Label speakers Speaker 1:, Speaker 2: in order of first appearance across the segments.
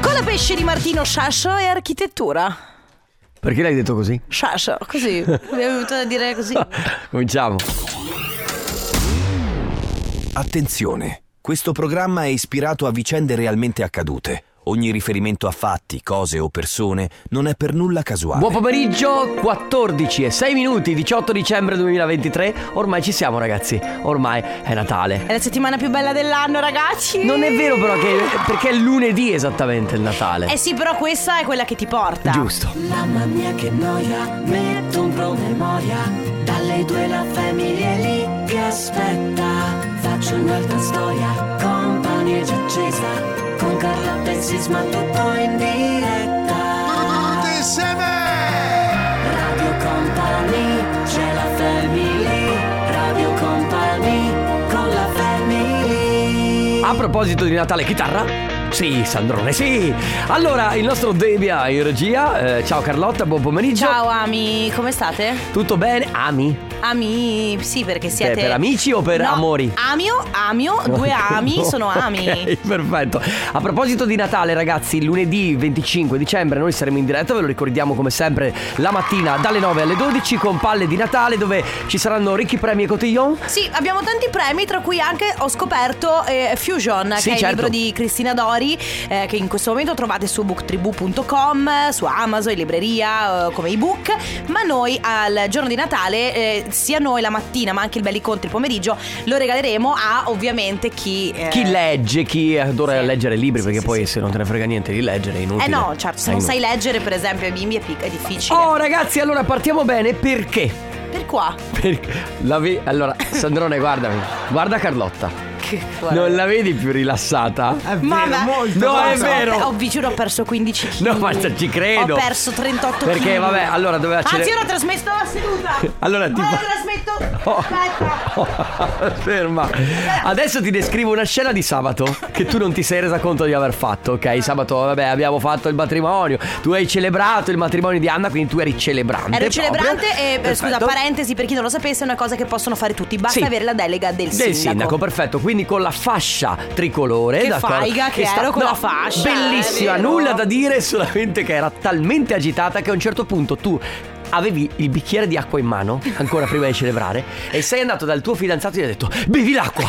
Speaker 1: Con la pesce di Martino Sciascio e architettura.
Speaker 2: Perché l'hai detto così?
Speaker 1: Sciascio, così. Mi è venuto da dire così.
Speaker 2: Cominciamo.
Speaker 3: Attenzione, questo programma è ispirato a vicende realmente accadute. Ogni riferimento a fatti, cose o persone non è per nulla casuale.
Speaker 2: Buon pomeriggio, 14 e 6 minuti, 18 dicembre 2023. Ormai ci siamo, ragazzi. Ormai è Natale.
Speaker 1: È la settimana più bella dell'anno, ragazzi.
Speaker 2: Non è vero, però, che perché è lunedì esattamente il Natale.
Speaker 1: Eh sì, però questa è quella che ti porta.
Speaker 2: Giusto.
Speaker 4: Mamma mia che noia, metto un promemoria. Dalle due la famiglia è lì che aspetta. Faccio un'altra storia, compagnia già accesa. Con Carla Pessis ma tutto in diretta. Tutti insieme! Radio Company, c'è la family. Radio Company, con la family.
Speaker 2: A proposito di Natale, chitarra? Sì, Sandrone, sì. Allora, il nostro Debia in regia. eh, ciao Carlotta, buon pomeriggio.
Speaker 1: Ciao Ami, come state?
Speaker 2: Tutto bene? Ami?
Speaker 1: Ami, sì, perché siete.
Speaker 2: per amici o per
Speaker 1: No,
Speaker 2: amori?
Speaker 1: Amio, amio, due ami
Speaker 2: No,
Speaker 1: sono ami.
Speaker 2: ok, perfetto. A proposito di Natale, ragazzi, lunedì 25 dicembre noi saremo in diretta, ve lo ricordiamo come sempre la mattina dalle 9 alle 12 con palle di Natale dove ci saranno ricchi premi e cotillon.
Speaker 1: Sì, abbiamo tanti premi, tra cui anche ho scoperto eh, Fusion, che
Speaker 2: Sì,
Speaker 1: è il
Speaker 2: certo.
Speaker 1: libro di Cristina Dori, eh, che in questo momento trovate su booktribu.com, eh, su Amazon, in libreria, eh, come ebook. Ma noi al giorno di Natale, eh, sia noi la mattina, ma anche il belli contri il pomeriggio, lo regaleremo a ovviamente chi. eh,
Speaker 2: Chi legge, chi adora
Speaker 1: Sì.
Speaker 2: leggere libri,
Speaker 1: Sì,
Speaker 2: perché
Speaker 1: sì,
Speaker 2: poi
Speaker 1: sì.
Speaker 2: se non te ne frega niente di leggere è inutile.
Speaker 1: Eh no, certo, se
Speaker 2: È
Speaker 1: non
Speaker 2: inutile.
Speaker 1: sai leggere, per esempio, ai bimbi è, pic- è difficile.
Speaker 2: Oh ragazzi, allora partiamo bene perché?
Speaker 1: Per qua.
Speaker 2: Perché la ve- allora, Sandrone, guardami. Guarda Carlotta.
Speaker 1: Che-
Speaker 2: Non la vedi più rilassata?
Speaker 1: Mamma,
Speaker 2: No, è
Speaker 1: Ho-
Speaker 2: vero.
Speaker 1: Ho, vi giuro, ho perso 15 kg.
Speaker 2: No, ma ci credo.
Speaker 1: Ho perso 38 kg.
Speaker 2: Perché, vabbè, allora doveva
Speaker 1: Anzi,
Speaker 2: cere-
Speaker 1: ora trasmetto la seduta.
Speaker 2: Allora, ti
Speaker 1: Ora
Speaker 2: fa-
Speaker 1: trasmetto.
Speaker 2: Oh.
Speaker 1: Aspetta.
Speaker 2: Ferma. Adesso ti descrivo una scena di sabato che tu non ti sei resa conto di aver fatto, ok? Sabato, vabbè, abbiamo fatto il matrimonio. Tu hai celebrato il matrimonio di Anna, quindi tu eri celebrante.
Speaker 1: Ero
Speaker 2: proprio.
Speaker 1: celebrante e eh, scusa,
Speaker 2: Perfetto.
Speaker 1: parentesi, per chi non lo sapesse, è una cosa che possono fare tutti. Basta
Speaker 2: Sì.
Speaker 1: avere la delega del,
Speaker 2: Del sindaco, perfetto, quindi con la fascia tricolore
Speaker 1: Che
Speaker 2: d'accordo?
Speaker 1: faiga che ero con la fascia,
Speaker 2: Bellissima,
Speaker 1: è vero.
Speaker 2: nulla da dire, solamente che era talmente agitata che a un certo punto tu avevi il bicchiere di acqua in mano, ancora prima di celebrare, e sei andato dal tuo fidanzato e gli hai detto bevi l'acqua.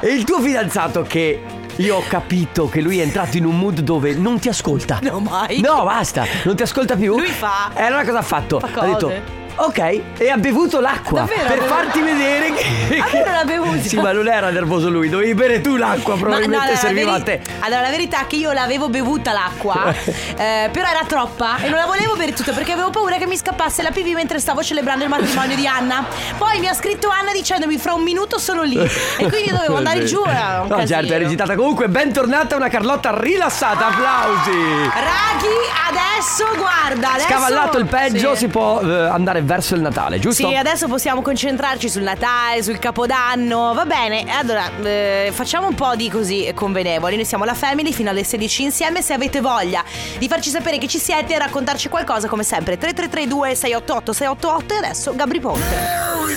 Speaker 2: e il tuo fidanzato che... Io ho capito che lui è entrato in un mood dove non ti ascolta.
Speaker 1: No, mai.
Speaker 2: No, basta, non ti ascolta più.
Speaker 1: Lui fa-
Speaker 2: E allora cosa ha fatto?
Speaker 1: Fa
Speaker 2: Ha detto
Speaker 1: cose.
Speaker 2: Ok, e ha bevuto l'acqua
Speaker 1: Ah, Davvero?
Speaker 2: per farti vedere che.
Speaker 1: Ah, lui non l'ha bevuta.
Speaker 2: Sì, ma non era nervoso lui, dovevi bere tu l'acqua,
Speaker 1: Ma
Speaker 2: probabilmente
Speaker 1: no, allora,
Speaker 2: serviva
Speaker 1: la
Speaker 2: a te.
Speaker 1: veri- Allora, la verità è che io l'avevo bevuta l'acqua, eh, però era troppa e non la volevo bere tutta perché avevo paura che mi scappasse la PV mentre stavo celebrando il matrimonio di Anna. Poi mi ha scritto Anna dicendomi fra un minuto sono lì e quindi io dovevo andare giù. era un
Speaker 2: No, certo,
Speaker 1: casino.
Speaker 2: è agitata. Comunque, bentornata una Carlotta rilassata. Applausi.
Speaker 1: Raghi, adesso guarda, Eh, adesso...
Speaker 2: Scavallato il peggio,
Speaker 1: Sì.
Speaker 2: si può eh, andare verso il Natale, giusto?
Speaker 1: Sì, adesso possiamo concentrarci sul Natale, sul Capodanno. Va bene, allora eh, facciamo un po' di così convenevoli. Noi siamo la Family fino alle 16 insieme. Se avete voglia di farci sapere che ci siete e raccontarci qualcosa, come sempre, 3332 688 688 e adesso Gabri Ponte.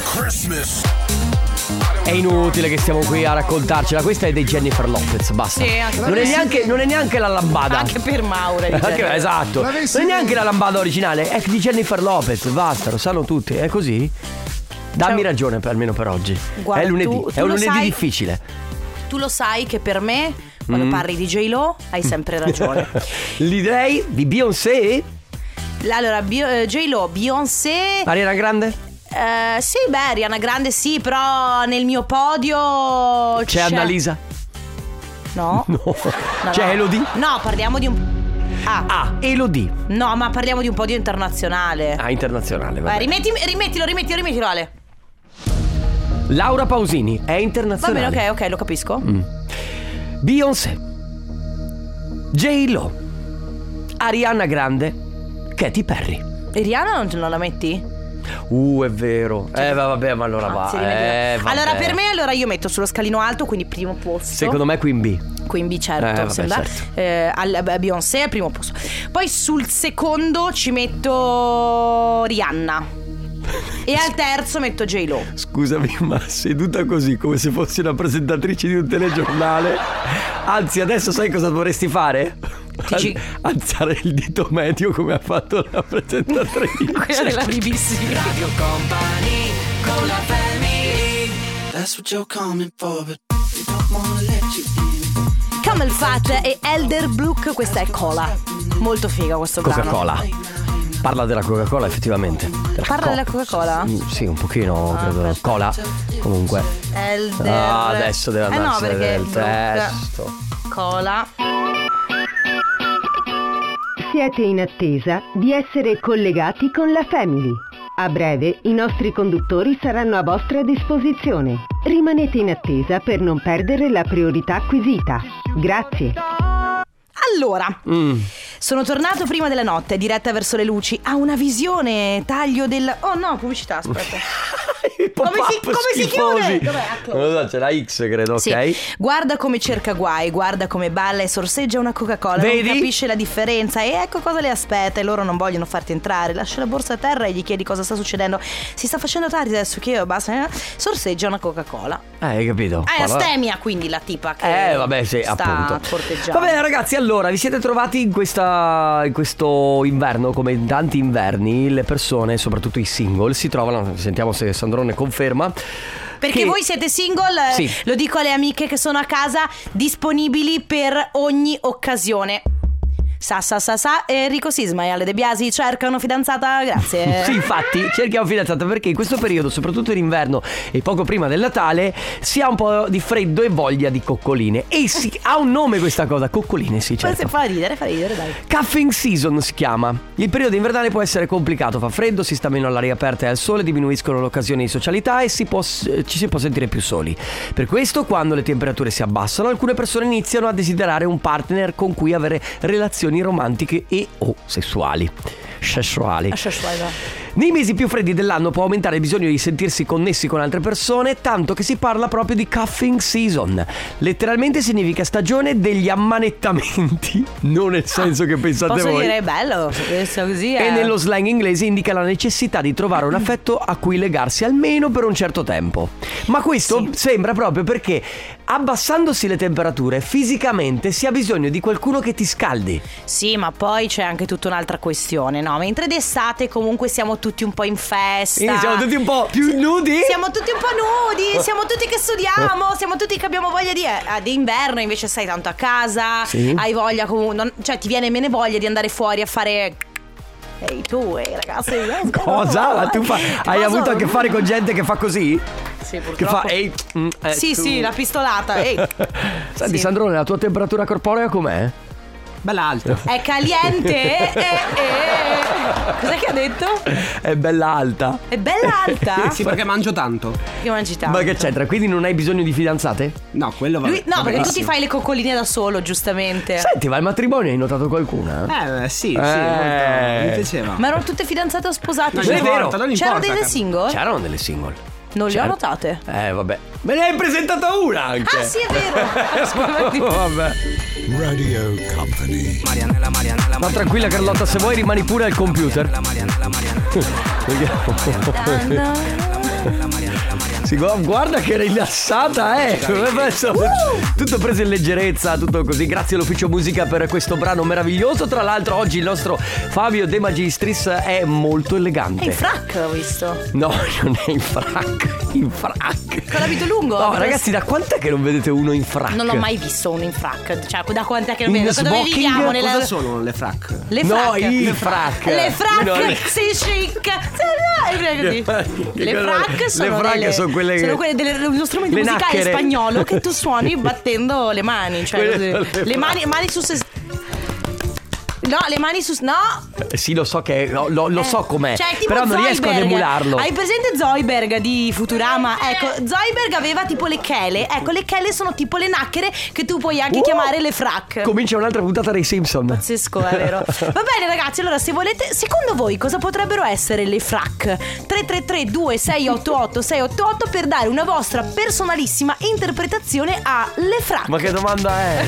Speaker 2: È inutile che stiamo qui a raccontarcela. Questa è dei Jennifer Lopez. Basta.
Speaker 1: Sì, anche
Speaker 2: non, è neanche, non è neanche la lambada.
Speaker 1: Anche per Maura. di
Speaker 2: Anche-
Speaker 1: genere.
Speaker 2: esatto. Non è neanche la lambada originale, è di Jennifer Lopez. Basta, lo sanno tutti. È così? Dammi
Speaker 1: Cioè-
Speaker 2: ragione per, almeno per oggi.
Speaker 1: Guarda,
Speaker 2: è lunedì,
Speaker 1: tu- tu
Speaker 2: è un
Speaker 1: lo
Speaker 2: lunedì
Speaker 1: sai-
Speaker 2: difficile.
Speaker 1: Tu lo sai che per me, quando
Speaker 2: Mm.
Speaker 1: parli di J-Lo, hai sempre ragione.
Speaker 2: L'idea di Beyoncé?
Speaker 1: allora, Bio- eh, J-Lo, Beyoncé.
Speaker 2: Ariana Grande?
Speaker 1: Eh, sì, beh, Rihanna Grande sì, però nel mio podio
Speaker 2: C'è Annalisa?
Speaker 1: No.
Speaker 2: No. C'è
Speaker 1: no.
Speaker 2: Elodie?
Speaker 1: No, parliamo di un Ah,
Speaker 2: Ah, Elodie.
Speaker 1: no, ma parliamo di un podio internazionale.
Speaker 2: Ah, internazionale.
Speaker 1: Vai,
Speaker 2: vabbè.
Speaker 1: rimetti- rimettilo, rimettilo, rimettilo Ale.
Speaker 2: Laura Pausini è
Speaker 1: Va
Speaker 2: internazionale.
Speaker 1: bene, ok, ok, lo capisco.
Speaker 2: Mm. Beyoncé. J-Lo. Ariana Grande. Katy Perry.
Speaker 1: E Rihanna non, non la metti?
Speaker 2: Uh, è vero. Eh, va- vabbè, ma allora va.
Speaker 1: Anzi, rimettilo.
Speaker 2: eh, vabbè.
Speaker 1: allora, per me, allora io metto sullo scalino alto, quindi primo posto.
Speaker 2: Secondo me qui in B.
Speaker 1: Quindi certo,
Speaker 2: Eh, vabbè,
Speaker 1: sembra.
Speaker 2: certo.
Speaker 1: Eh, al- beh, Beyoncé al primo posto. Poi sul secondo ci metto Rihanna. E al terzo metto J-Lo.
Speaker 2: Scusami, ma seduta così, come se fossi una presentatrice di un telegiornale. Anzi, adesso sai cosa dovresti fare?
Speaker 1: Dici-
Speaker 2: Al- Alzare il dito medio come ha fatto la presentatrice.
Speaker 1: Quella della BBC.
Speaker 5: That's what you're coming for, but we don't wanna let you in.
Speaker 1: Camel Fat e Elder Brook, questa è Cola. Molto figa questo brano.
Speaker 2: Coca-Cola. Parla della Coca-Cola, effettivamente.
Speaker 1: Parla
Speaker 2: Co-
Speaker 1: della Coca-Cola? Ah,
Speaker 2: Mm, Sì, un pochino, credo. Cola. Comunque.
Speaker 1: Elder.
Speaker 2: Ah, adesso deve
Speaker 1: eh no,
Speaker 2: andarsene
Speaker 1: perché
Speaker 2: del
Speaker 1: Brook,
Speaker 2: testo.
Speaker 1: Cola.
Speaker 6: Siete in attesa di essere collegati con la Family. A breve i nostri conduttori saranno a vostra disposizione. Rimanete in attesa per non perdere la priorità acquisita. Grazie.
Speaker 1: Allora,
Speaker 2: Mm.
Speaker 1: sono tornato prima della notte, diretta verso le luci. Ha una visione, taglio del. Oh no, pubblicità, aspetta.
Speaker 2: I pop-up
Speaker 1: Come si- come si
Speaker 2: schifosi.
Speaker 1: chiude? Dov'è? Ecco.
Speaker 2: Non lo so, c'è la X, credo,
Speaker 1: Sì.
Speaker 2: ok?
Speaker 1: Guarda come cerca guai, guarda come balla e sorseggia una Coca-Cola.
Speaker 2: Vedi?
Speaker 1: Non capisce la differenza e ecco cosa le aspetta. E loro non vogliono farti entrare. Lascia la borsa a terra e gli chiedi cosa sta succedendo. Si sta facendo tardi adesso che io basta. eh? Sorseggia una Coca-Cola.
Speaker 2: Eh, hai capito?
Speaker 1: Ah, È
Speaker 2: Parla-
Speaker 1: astemia quindi la tipa che
Speaker 2: Eh, vabbè, sì,
Speaker 1: sta
Speaker 2: appunto.
Speaker 1: corteggiando.
Speaker 2: Va bene, ragazzi, allora, vi siete trovati in, questa, in questo inverno, come in tanti inverni, le persone, soprattutto i single, si trovano, sentiamo se Sandrone conferma.
Speaker 1: Perché
Speaker 2: che-
Speaker 1: voi siete single, eh,
Speaker 2: Sì.
Speaker 1: lo dico alle amiche che sono a casa, disponibili per ogni occasione. Sa sa sa sa, Enrico Sisma e Ale De Biasi cercano fidanzata, grazie.
Speaker 2: Sì, infatti, cerchiamo fidanzata perché in questo periodo, soprattutto in inverno e poco prima del Natale, si ha un po' di freddo e voglia di coccoline. E sì, ha un nome questa cosa, coccoline, sì,
Speaker 1: Forse
Speaker 2: certo.
Speaker 1: fa ridere, fa ridere, dai.
Speaker 2: Cuffing season si chiama. Il periodo invernale può essere complicato, fa freddo, si sta meno all'aria aperta e al sole, diminuiscono le occasioni di socialità e si può- eh, ci si può sentire più soli. Per questo, quando le temperature si abbassano, alcune persone iniziano a desiderare un partner con cui avere relazioni romantiche e o sessuali. Sessuali.
Speaker 1: Lascia suoi, va.
Speaker 2: Nei mesi più freddi dell'anno può aumentare il bisogno di sentirsi connessi con altre persone, tanto che si parla proprio di cuffing season. Letteralmente significa stagione degli ammanettamenti, non nel senso che pensate
Speaker 1: Posso
Speaker 2: voi.
Speaker 1: dire, è bello, questo così eh. è...
Speaker 2: E nello slang inglese indica la necessità di trovare un affetto a cui legarsi almeno per un certo tempo. Ma questo sembra proprio perché abbassandosi le temperature fisicamente si ha bisogno di qualcuno che ti scaldi.
Speaker 1: Sì, ma poi c'è anche tutta un'altra questione, no? Mentre d'estate comunque siamo tutti un po' in festa.
Speaker 2: Quindi siamo tutti un po' più nudi.
Speaker 1: Siamo tutti un po' nudi, siamo tutti che studiamo, siamo tutti che abbiamo voglia di. eh, d'inverno invece stai tanto a casa,
Speaker 2: Sì.
Speaker 1: hai voglia comunque. non- cioè, ti viene meno voglia di andare fuori a fare. Ehi tu, ehi ragazzi. eh,
Speaker 2: Cosa?
Speaker 1: no,
Speaker 2: Ma tu fa-
Speaker 1: eh.
Speaker 2: hai
Speaker 1: Cosa?
Speaker 2: avuto a che fare con gente che fa così?
Speaker 1: Sì,
Speaker 2: Che
Speaker 1: purtroppo.
Speaker 2: fa ehi, mm, eh,
Speaker 1: Sì,
Speaker 2: tu-
Speaker 1: sì, la pistolata. Ehi.
Speaker 2: Senti
Speaker 1: Sì.
Speaker 2: Sandrone, la tua temperatura corporea com'è?
Speaker 7: Bella alta.
Speaker 1: È caliente. eh, eh. Cos'è che ha detto?
Speaker 2: È bella alta.
Speaker 1: È bella alta.
Speaker 7: Sì, perché mangio tanto.
Speaker 1: Che mangi tanto.
Speaker 2: Ma che c'entra? Quindi non hai bisogno di fidanzate?
Speaker 7: No, quello va
Speaker 1: Lui- no,
Speaker 7: va
Speaker 1: perché tu ti
Speaker 7: benissimo.
Speaker 1: fai le coccoline da solo, giustamente.
Speaker 2: Senti, ma al matrimonio hai notato qualcuna?
Speaker 7: Eh, sì,
Speaker 2: Eh.
Speaker 7: sì, molto- mi piaceva.
Speaker 1: Ma erano tutte fidanzate o sposate?
Speaker 7: Non
Speaker 1: Cioè,
Speaker 2: importa,
Speaker 7: non
Speaker 1: C'erano
Speaker 7: importa, Cioè, certo.
Speaker 1: delle
Speaker 7: Carla.
Speaker 1: single?
Speaker 2: C'erano delle single.
Speaker 1: Non le ho
Speaker 2: C'era-
Speaker 1: notate.
Speaker 2: Eh, vabbè. Me ne hai presentata una anche.
Speaker 7: Cioè.
Speaker 1: Ah, sì, è vero. Scusami.
Speaker 2: vabbè. Ma tranquilla Carlotta, se vuoi rimani pure al computer. Sì, gu- guarda che rilassata, eh! Adesso- Tutto preso in leggerezza, tutto così. Grazie all'ufficio musica per questo brano meraviglioso. Tra l'altro, oggi il nostro Fabio De Magistris è molto
Speaker 1: È in
Speaker 2: elegante.
Speaker 1: frac, ho visto.
Speaker 2: No, non è in frac, in frac.
Speaker 1: Con l'abito lungo.
Speaker 2: No, ragazzi, da quant'è che non vedete uno in frac?
Speaker 1: Non l'ho mai visto uno in frac. Cioè, da quant'è che non
Speaker 2: In
Speaker 1: vedo? Cosa Dove
Speaker 2: smoking?
Speaker 1: viviamo? Nella...
Speaker 7: Cosa sono le frac?
Speaker 1: Le
Speaker 2: No,
Speaker 1: frac.
Speaker 2: i
Speaker 1: Le
Speaker 2: frac.
Speaker 1: Le frac.
Speaker 2: No, le-
Speaker 1: Sì, chic. Sì, no,
Speaker 2: Che
Speaker 1: Le
Speaker 2: cosa-
Speaker 1: frac sono
Speaker 2: le frac
Speaker 1: delle-
Speaker 2: sono quelle che-
Speaker 1: sono quelle delle- uno strumento
Speaker 2: Le
Speaker 1: musicale
Speaker 2: nacchere.
Speaker 1: spagnolo che tu suoni battendo le mani. Cioè,
Speaker 2: Quelle
Speaker 1: così.
Speaker 2: sono le
Speaker 1: le,
Speaker 2: frac.
Speaker 1: mani, mani su se. No, le mani su. No,
Speaker 2: Eh, Sì, lo so che no, lo, lo so com'è,
Speaker 1: Cioè, tipo
Speaker 2: però non riesco ad
Speaker 1: Zoidberg.
Speaker 2: emularlo.
Speaker 1: Hai presente Zoiberg di Futurama? Ecco, Zoiberg aveva tipo le chele. Ecco, le chele sono tipo le nacchere che tu puoi anche
Speaker 2: Uh!
Speaker 1: chiamare le frac.
Speaker 2: Comincia un'altra puntata dei Simpson.
Speaker 1: Pazzesco, è vero. Va bene, ragazzi. Allora, se volete, secondo voi cosa potrebbero essere le frac? 333-2688-688 per dare una vostra personalissima interpretazione a le frac.
Speaker 2: Ma che domanda è?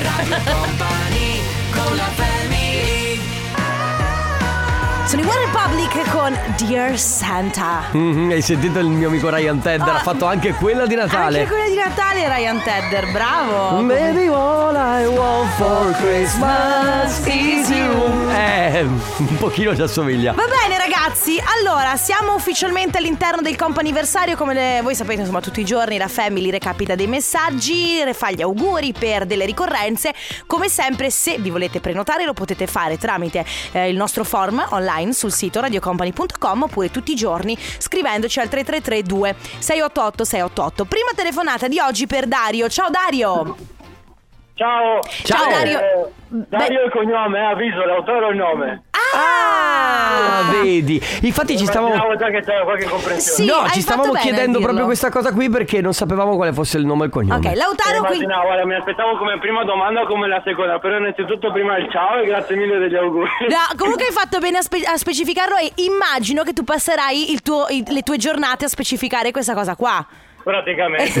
Speaker 1: Sono i One Republic con Dear Santa.
Speaker 2: Mhm, hai sentito il mio amico Ryan Tedder?
Speaker 1: Ah.
Speaker 2: ha fatto anche quella di Natale.
Speaker 1: Anche quella di Natale, Ryan Tedder, bravo.
Speaker 2: Maybe all I want for Christmas is you. Eh, un pochino ci assomiglia.
Speaker 1: Va bene ragazzi, allora siamo ufficialmente all'interno del comp'anniversario, come le- voi sapete insomma tutti i giorni la Family recapita dei messaggi, re- fa gli auguri per delle ricorrenze, come sempre se vi volete prenotare lo potete fare tramite eh, il nostro form online sul sito radiocompany.com oppure tutti i giorni scrivendoci al 3332 688 688. Prima telefonata di oggi per Dario, ciao Dario!
Speaker 8: Ciao.
Speaker 1: Ciao, Dario.
Speaker 8: Eh, Dario
Speaker 1: Beh-
Speaker 8: è il cognome, eh, avviso, l'autore è il nome.
Speaker 2: Ah, vedi. Infatti ci stavamo
Speaker 8: Immaginavo già che c'era qualche comprensione.
Speaker 1: Sì,
Speaker 2: No,
Speaker 1: hai
Speaker 2: ci
Speaker 1: fatto
Speaker 2: stavamo
Speaker 1: bene a
Speaker 2: chiedendo
Speaker 1: dirlo.
Speaker 2: proprio questa cosa qui perché non sapevamo quale fosse il nome e il cognome.
Speaker 1: Ok, Lautaro qui...
Speaker 8: Immaginavo, guarda, mi aspettavo come prima domanda o come la seconda, però innanzitutto prima il ciao e grazie mille degli auguri.
Speaker 1: No, comunque hai fatto bene a, spe- a specificarlo e immagino che tu passerai il tuo- i- le tue giornate a specificare questa cosa qua.
Speaker 8: Praticamente,